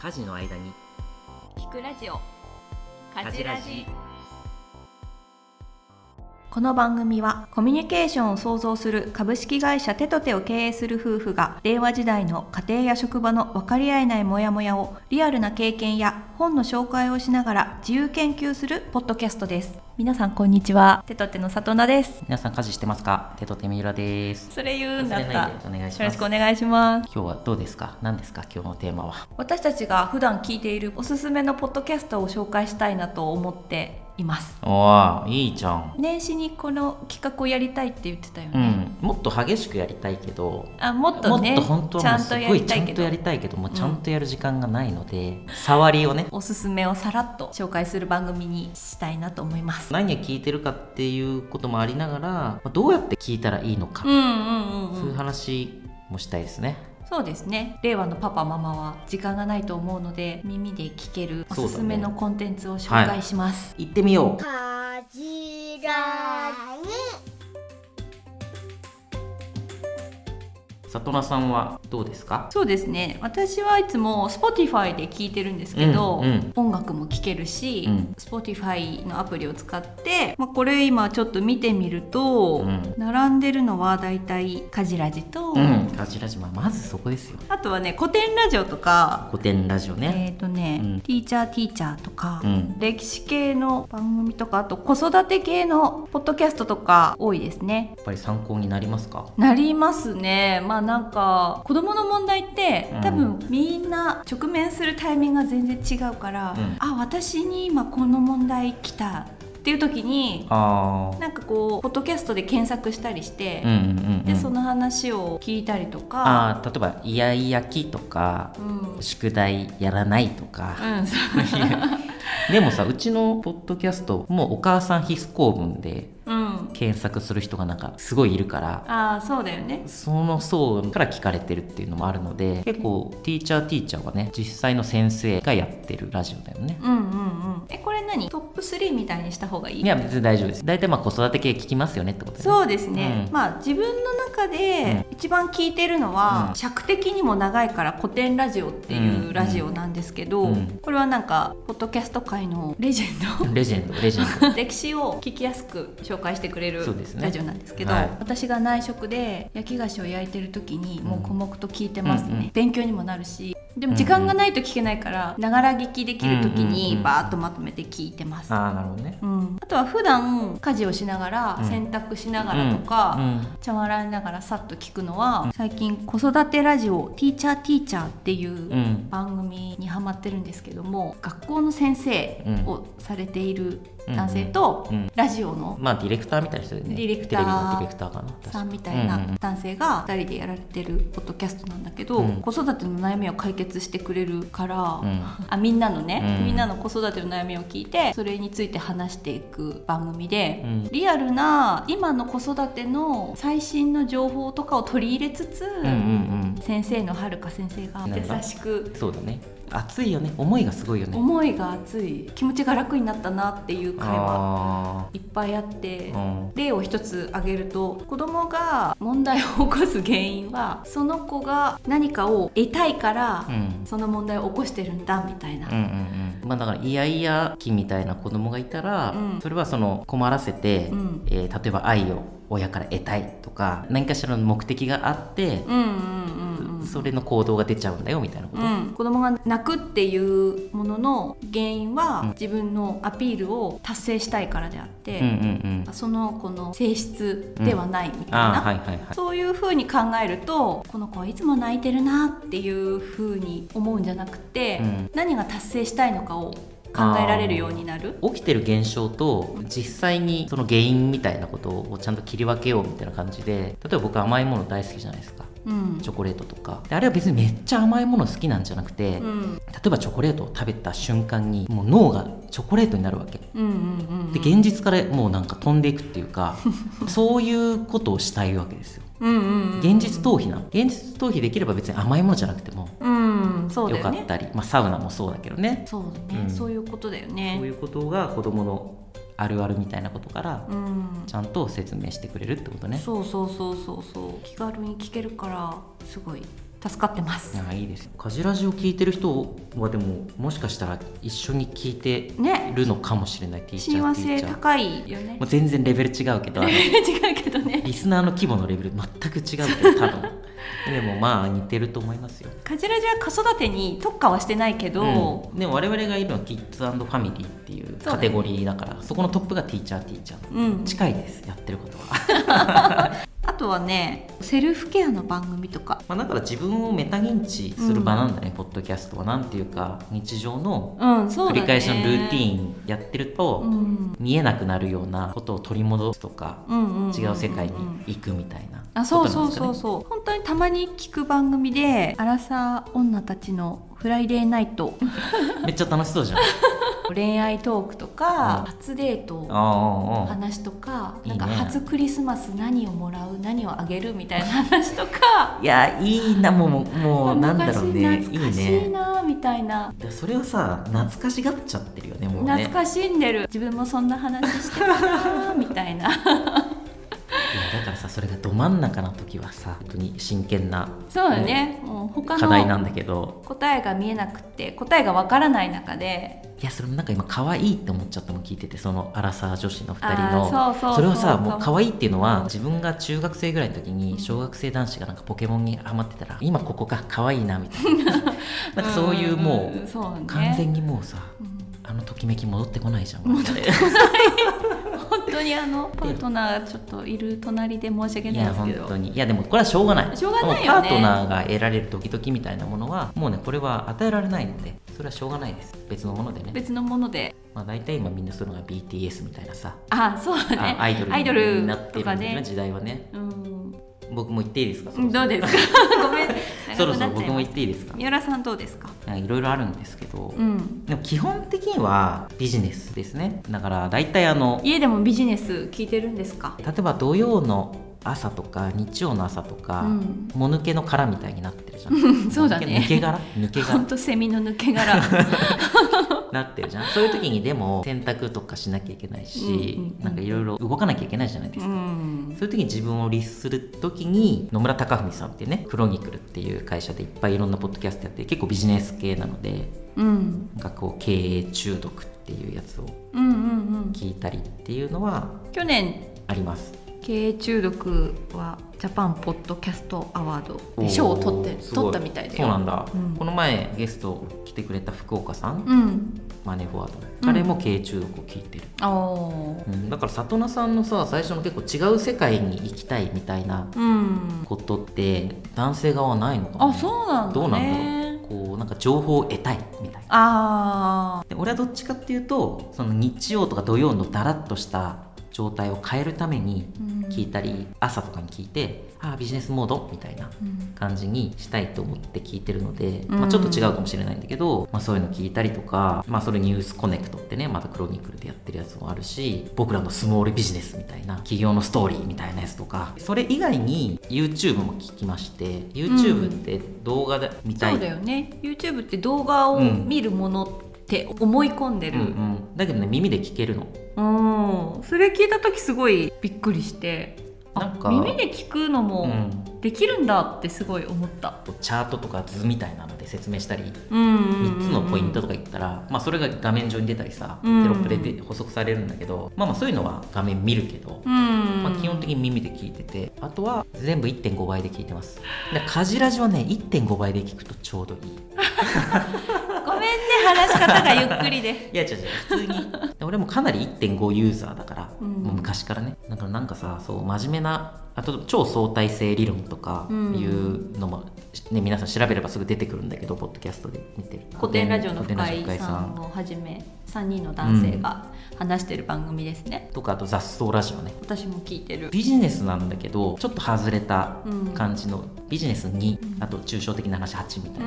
家事の間に聞くラジオ家事ラジこの番組はコミュニケーションを創造する株式会社手と手を経営する夫婦が令和時代の家庭や職場の分かり合えないモヤモヤをリアルな経験や本の紹介をしながら自由研究するポッドキャストです皆さんこんにちは手と手の里奈です皆さん家事してますか手と手三浦ですそれ言うんだっ忘れたないよでお願いしろましすくお願いします今日はどうですか何ですか今日のテーマは私たちが普段聞いているおすすめのポッドキャストを紹介したいなと思っていますおーいいじゃん年始にこの企画をやりたいって言ってたようね、んもっと激しくやりたいけどあもっとねもっと本当ちはもゃうんすとやごいりちたゃいんけとどやりたいけどもうちゃんとやる時間がないので、触りをねおすすめをさらっと紹介する番組にしたいなと思います何を聞いてるかっていうこともありながらまあどうやって聞いたらいいのか、うんうんうんそうういうん話もしたいですねそうですね令和のパパママは時間がないと思うので耳で聞けるおすすめのコンテンツを紹介します、行ってみようかじらに里奈さんはどうですかそうですね私はいつも Spotify で聞いてるんですけど、うんうん音楽も聴けるし、うん Spotify のアプリを使って、まあ、これ今ちょっと見てみると、うん並んでるのはだいたいカジラジと、うん家事ラジオまあまずそこですよあとはね古典ラジオとか、古典ラジオね、えっ、とね、うんティーチャーティーチャーとか、うん歴史系の番組とかあと子育て系のポッドキャストとか多いですね。やっぱり参考になりますかなりますねまあなんか子供の問題ってうん多分みんな直面するタイミングが全然違うから、うんあ私に今この問題来たっていう時にああなんかこうポッドキャストで検索したりしてうん、うんうん、うん、でその話を聞いたりとか、ああ例えばイヤイヤ期とかうん、うん、そ宿題やらないと か、うでもさうちのポッドキャストもうお母さん必須公文でうん、検索する人がなんかすごいいるからああそうだよね。その層から聞かれてるっていうのもあるので結構ティーチャーティーチャーはね実際の先生がやってるラジオだよねうんうんうん、えこれ何トップ3みたいにした方がいいいや別に大丈夫です大体まあ子育て系聞きますよねってことで、ね、そうですね、うんまあ自分の中で一番聞いてるのは、うん尺的にも長いから古典ラジオっていうラジオなんですけど、うんうんこれはなんかポッドキャスト界のレジェンレジェンドレジェンドド 歴史を聞きやすく紹介してくれるそうですねラジオなんですけどはい私が内職で焼き菓子を焼いてる時にもうう黙々と聞いてますね、うんうん勉強にもなるしでも時間がないと聞けないからながら聞きできる時うんうんうんうにんバーッとまとめて聞いてます、ああなるほどねうん、あとは普段家事をしながら、うん洗濯しながらとか、うん茶碗洗いながらさっと聞くのは最近子育てラジオ「ティーチャーティーチャー」っていうん、ううん番組にハマってるんですけども学校の先生をされている男性とうんラジオのまあディレクターみたいな人でねディレクテターレビのディレクターかな確かさんみたいうんうんうなん男性が2人でやられてるポッドキャストなんだけど、うん子育ての悩みを解決してくれるから、うんあみんなのね、うんみんなの子育ての悩みを聞いてそれについて話していく番組で、うんリアルな今の子育ての最新の情報とかを取り入れつつ、うんうん先生のはるか先生がなんだ優しくうんそうだね熱いよね思いがすごいよね思いが熱い気持ちが楽になったなっていう会話あいっぱいあってー、うん例を一つ挙げると子供が問題を起こす原因はその子が何かを得たいから、うんその問題を起こしてるんだみたいな、うんうんうんまあだからイヤイヤ期みたいな子供がいたら、うんそれはその困らせて、うんえー例えば愛を親から得たいとか何かしらの目的があって、うんうんうんうんそれの行動が出ちゃうんだよみたいなこと、うん、子供が泣くっていうものの原因は、うん自分のアピールを達成したいからであって、うんうんうんその子の性質ではないみたいな、あーはいはいはいそういうふうに考えるとこの子はいつも泣いてるなっていうふうに思うんじゃなくて、うん何が達成したいのかを考えられるようになる。起きてる現象と実際にその原因みたいなことをちゃんと切り分けようみたいな感じで例えば僕甘いもの大好きじゃないですかうんチョコレートとかであれは別にめっちゃ甘いもの好きなんじゃなくて、例うんえばチョコレートを食べた瞬間にもう脳がチョコレートになるわけうんうんうんで現実からもうなんか飛んでいくっていう かそういうことをしたいわけですようんうんうん現実逃避なの現実逃避できれば別に甘いものじゃなくてもうんそうよだかよっねたり、まあ、サウナもそうだけどねそうだね、うんそういうことだよねそういうことが子どものあるあるみたいなことからうんちゃんと説明してくれるってことねそうそうそうそうそう気軽に聞けるからすごい助かってます、あいいですカジラジを聞いてる人はでももしかしたら一緒に聞いてねるのかもしれないティーチ親ャー和ティー性チャー高いよねもう全然レベル違うけどあの 違うけどねリスナーの規模のレベル全く違うけ ど多分でもまあ似てると思いますよカジラジは子育てに特化はしてないけど、うんでも我々がいるのはキッズファミリーっていうそうだねカテゴリーだからそこのトップがティーチャーティーチャーうん近いですやってること はあとはねセルフケアの番組とかまあだから自分をメタ認知する場なんだね、ポッドキャストはなんていうか日常のうんそうだ繰ねり返しのルーティーンやってると、うん見えなくなるようなことを取り戻すとか、うんうんうんうん違う世界に行くみたいなあそうそうことなんそうですかねそう本当にたまに聞く番組でアラサー女たちのフライデーナイ トめっちゃ楽しそうじゃ んあ恋愛トークとうんか初デートあああ話とかいいなねんか初クリスマス何をもらう何をあげるみたいな話とかいやいいなもうもうなんだろうねいい懐かしい懐かしいねなみたいないやそれをさ懐かしがっちゃってるよねもうね懐かしんでる自分もそんな話してたなみたいないやだからさそれがど真ん中の時はさ本当に真剣なそうだねもう他課題なんのだけど答えが見えなくて答えがわからない中でいやそれもなんか今可愛いって思っちゃったの聞いててそのアラサー女子の2人のあーそうそうそうれはさもう可愛いっていうのは自分が中学生ぐらいの時に小学生男子がなんかポケモンにハマってたら今ここが可愛いなみたいな なんかそういうもうそうね完全にもうさうんあのときめき戻ってこないじゃん戻って本当にあのパートナーちょっといる隣で申し訳いないやです本けど当にいやでもこれはしょうがないしょうがないよねもパートナーが得られるドキドキみたいなものはもうねこれは与えられないのでそれはしょうがないです別のものでね、別のものでまあ、大体今みんなそういうのが BTS みたいなさ、あそうだねあアイドルアイドにルなってとるみたかいなね時代はねうん僕も言っていいですかそろそろどうです かごめんそろそろ僕も言長くなっちゃいまっていいですかす三浦さんどうですかなんかいろいろあるんですけど、うんでも基本的にはビジネスですねだから大体あの家でもビジネス聞いてるんですか例えば土曜の朝とか日曜の朝とか、うんもぬけの殻みたいになってるじゃん そうだね抜け殻抜け殻本当セミの抜け殻 なってるじゃんそういう時にでも洗濯とかしなきゃいけないし、うんうんうんなんかいろいろ動かなきゃいけないじゃないですうか、んそういう時に自分を律する時に野村貴文さんっていうねクロニクルっていう会社でいっぱいいろんなポッドキャストやって結構ビジネス系なのでうんなんかこう経営中毒っていうやつをうんうんうん聞いたりっていうのは去年あります経営中毒はジャパンポッドキャストアワードで賞を取っおてーす取ごったみたいだよそうなんだ、うんこの前ゲスト来てくれた福岡さん、うんマネーフォワード彼も経営中毒を聞いてるあーうんだから里奈さんのさ最初の結構違う世界に行きたいみたいなうんことって男性側はないのかなあそうなんだねどうなんだろうこうなんか情報を得たいみたいなあで俺はどっちかっていうとその日曜とか土曜のだらっとした状態を変えるためにーうん聞いたり、朝とかに聞いてああビジネスモードみたいなうん感じにしたいと思って聞いてるので、うんまあ、ちょっと違うかもしれないんだけど、まあ、そういうの聞いたりとか、まあ、それニュースコネクトってねまたクロニクルでやってるやつもあるし僕らのスモールビジネスみたいな企業のストーリーみたいなやつとかそれ以外に YouTube も聞きまして YouTube って動画で見たい、そうだよね YouTube って動画を見るものって思い込んでうんる、ううんん、だけどね耳で聞けるのそれ聞いた時すごいびっくりしてなあんか耳で聞くのうもんできるんだってすごい思った、チャートとか図みたいなので説明したりうんうんうん3つのポイントとか言ったら、まあ、それが画面上に出たりさテうんロップで出補足されるんだけど、まあ、まあそういうのは画面見るけど、うん、まあ、基本的に耳で聞いててあとは全部1.5倍で聞いてますでカジラジはね1.5倍で聞くとちょうどいいごめんね話し方がゆっくりで いや違う違う普通にで俺もかなり1.5ユーザーだから、うんもう昔からねだからなんかさそう真面目なあと超相対性理論とかうんいうのも、ね、皆さん調べればすぐ出てくるんだけどポッドキャストで見てる古典ラジオの深古典ラジオ井さんをはじめ3人の男性が話してる番組ですね、とかあと雑草ラジオね私も聞いてるビジネスなんだけどちょっと外れたうん感じのビジネスに、うんあと抽象的な話8みたいう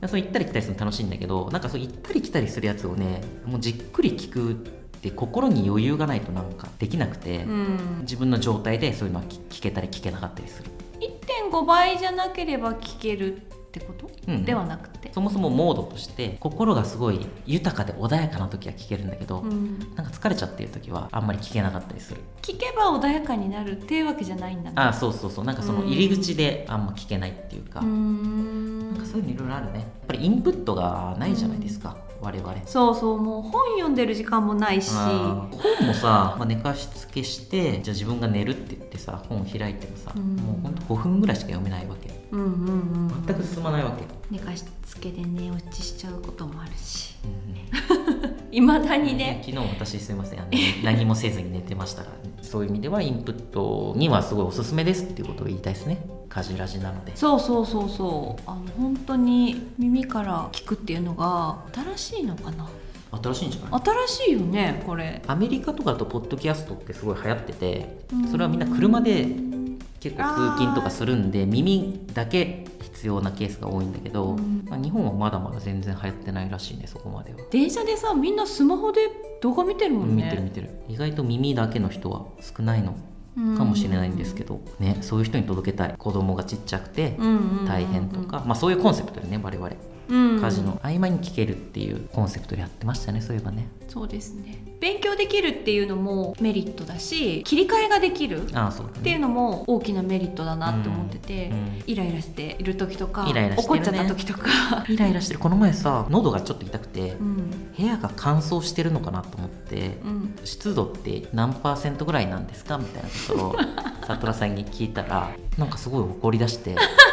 な、んそう行ったり来たりするの楽しいんだけどなんかそう行ったり来たりするやつをねもうじっくり聞くって心に余裕がないとなんかできなくて、うん自分の状態でそういうのは聞聞けたり聞けなかったりする1.5倍じゃなければ聞けるっってこと、うんではなくて、そもそもモードとして心がすごい豊かで穏やかな時は聴けるんだけど、うん、なんか疲れちゃってる時はあんまり聴けなかったりする聞けば穏やかになるっていうわけじゃないんだねああそうそうそうなんかその入り口であんま聴けないっていうか、うーんなんかそういうのいろいろあるねやっぱりインプットがないじゃないですか、我々そうそうもう本読んでる時間もないしあー本もさ、まあ、寝かしつけしてじゃあ自分が寝るって言ってさ本を開いてもさ、うんもうほんと5分ぐらいしか読めないわけうんうんうん全く進まないわけ、寝かしつけで寝落ちしちゃうこともあるしうんいまだにね昨日私すいませんあ の何もせずに寝てましたから、ね、そういう意味ではインプットにはすごいおすすめですっていうことを言いたいですねカジラジなのでそうそうそうそうあの本当に耳から聞くっていうのが新しいのかな新しいんじゃない新しいよねこれアメリカとかだとポッドキャストってすごい流行っててうんそれはみんな車で結構通勤とかするんで耳だけ必要なケースが多いんだけど、うんまあ、日本はまだまだ全然流行ってないらしいねそこまでは、電車でさみんなスマホで動画見てるもんね見てる見てる意外と耳だけの人は少ないのうんかもしれないんですけど、ね、そういう人に届けたい子供がちっちゃくて、うんうんうんうん大変とか、まあ、そういうコンセプトでね我々うん家事の合間に聞けるっていうコンセプトでやってましたねそういえばねそうですね勉強できるっていうのもメリットだし切り替えができるっああそうだねていうのも大きなメリットだなって思ってて、うんイライラしている時とかイライラして怒るっねちゃった時とか、 イライラしてるこの前さ喉がちょっと痛くて、うん部屋が乾燥してるのかなと思って、うん、湿度って何パーセントぐらいなんですかみたいなことを里ラさんに聞いたらなんかすごい怒り出して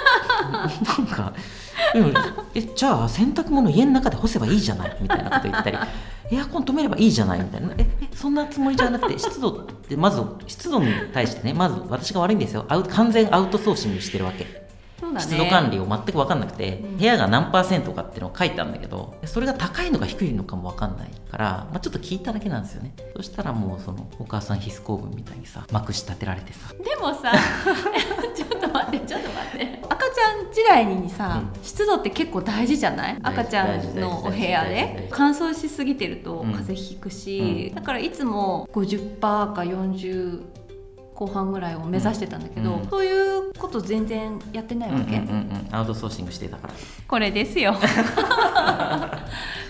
なんか「うんえじゃあ洗濯物家の中で干せばいいじゃない」みたいなこと言ったり「エアコン止めればいいじゃない」みたいな「ええそんなつもりじゃなくて湿度ってまず湿度に対してねまず私が悪いんですよアウト完全アウトソーシングしてるわけ。そうだね湿度管理を全く分かんなくて、うん部屋が何パーセントかっていうのを書いたんだけどそれが高いのか低いのかも分かんないから、まあ、ちょっと聞いただけなんですよねそしたらもうそのお母さん必須公文みたいにさまくし立てられてさでもさ ちょっと待ってちょっと待って赤ちゃん時代にさ、う湿度って結構大事じゃない大事赤ちゃんのお部屋大事大事大で事乾燥しすぎてるとうん風邪ひくし、うんだからいつも50%か40後半ぐらいを目指してたんだけど、うんそういうこと全然やってないわけ、うんうんうんうんアウトソーシングしてたからこれですよ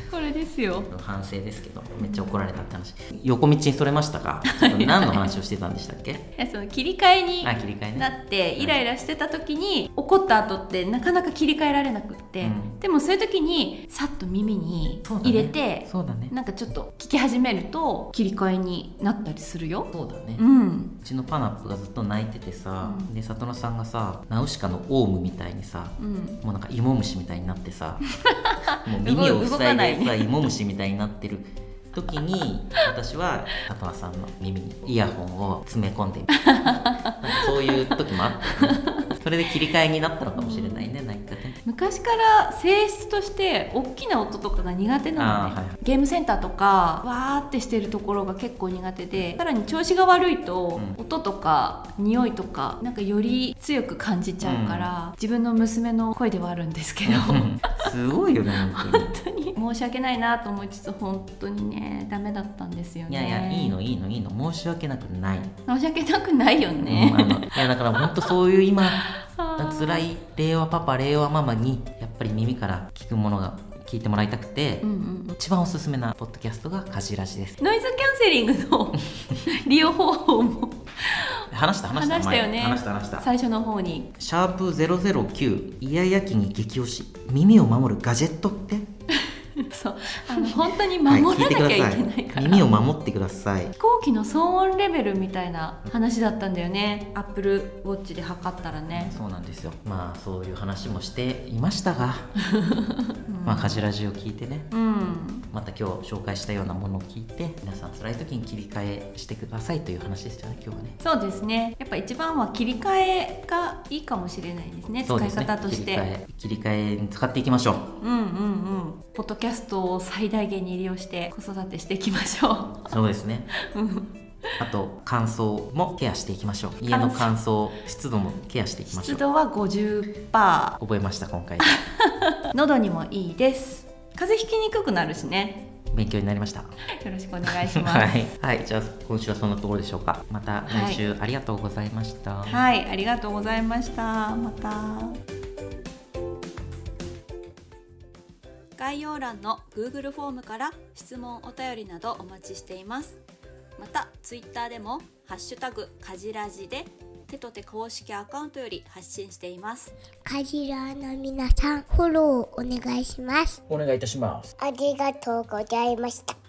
これですよ反省ですけどめっちゃ怒られたって話横道にそれましたがちょっと何の話をしてたんでしたっ けいやその切り替えにあ切り替えねなってイライラしてた時に怒った後ってなかなか切り替えられなくって、うんでもそういう時にさっと耳にそうだね入れて、そうだねなんかちょっと聞き始めると切り替えになったりするよ。そうだねうん、うちのパナップがずっと泣いててさ、うんで里野さんがさナウシカのオウムみたいにさうん、もうなんか芋虫みたいになってさもう耳を動塞かいないでさね芋虫みたいになってる時に私は里奈さんの耳にイヤホンを詰め込んでみたなんかそういう時もあったよねそれで切り替えになったのかもしれないね何かね昔から性質として大きな音とかが苦手なのあね、ーはいはいゲームセンターとかわーってしてるところが結構苦手でさらに調子が悪いと、うん音とか匂いとかなんかより強く感じちゃうから、自分の娘の声ではあるんですけどすごいよね本当に本当に申し訳ないなと思いつつ本当にねダメだったんですよいねやいやいいのいいのいいの申し訳なくない、申し訳なくないようんあね、のいやだから本当そういう今 あー辛い令和パパ令和ママにやっぱり耳から聞くものが聞いてもらいたくて、うんうんうん一番おすすめなポッドキャストがカジラジですノイズキャンセリング の利用方法も話した話した話したよね前話した話した最初の方にシャープ009イヤイヤ期に激推し耳を守るガジェットってそうあの本当に守らなきゃいけは、ない聞いていくかださら、い耳を守ってください飛行機の騒音レベルみたいな話だったんだよねアップルウォッチで測ったらね、そうなんですよまあそういう話もしていました が、うんまあカジラジを聞いてねうんまた今日紹介したようなものを聞いて皆さん辛い時に切り替えしてくださいという話でしたね今日はねそうですねやっぱ一番は切り替えがいいかもしれないですねそう使でいすね方として切り替え切り替えに使っていきましょううんうんうんポッドキャストを最大限に利用して子育てしていきましょそうですねううんあと乾燥もケアしていきましょう家の乾燥湿度もケアしていきましょ湿う度は50%覚えました 今回喉にもいいです風邪ひきにくくなるしね勉強になりましたよろしくお願いしま すはい、はい、じゃあ今週はそんなところでしょうかまた来週ありがとうございました、はい、ありがとうございました。また。概要欄の Google フォームから質問お便りなどお待ちしていますまた Twitter でも「ハッシュタグかじらじ」で手と手公式アカウントより発信していますカジラの皆さん、フォローお願いします。お願いいたします。ありがとうございました。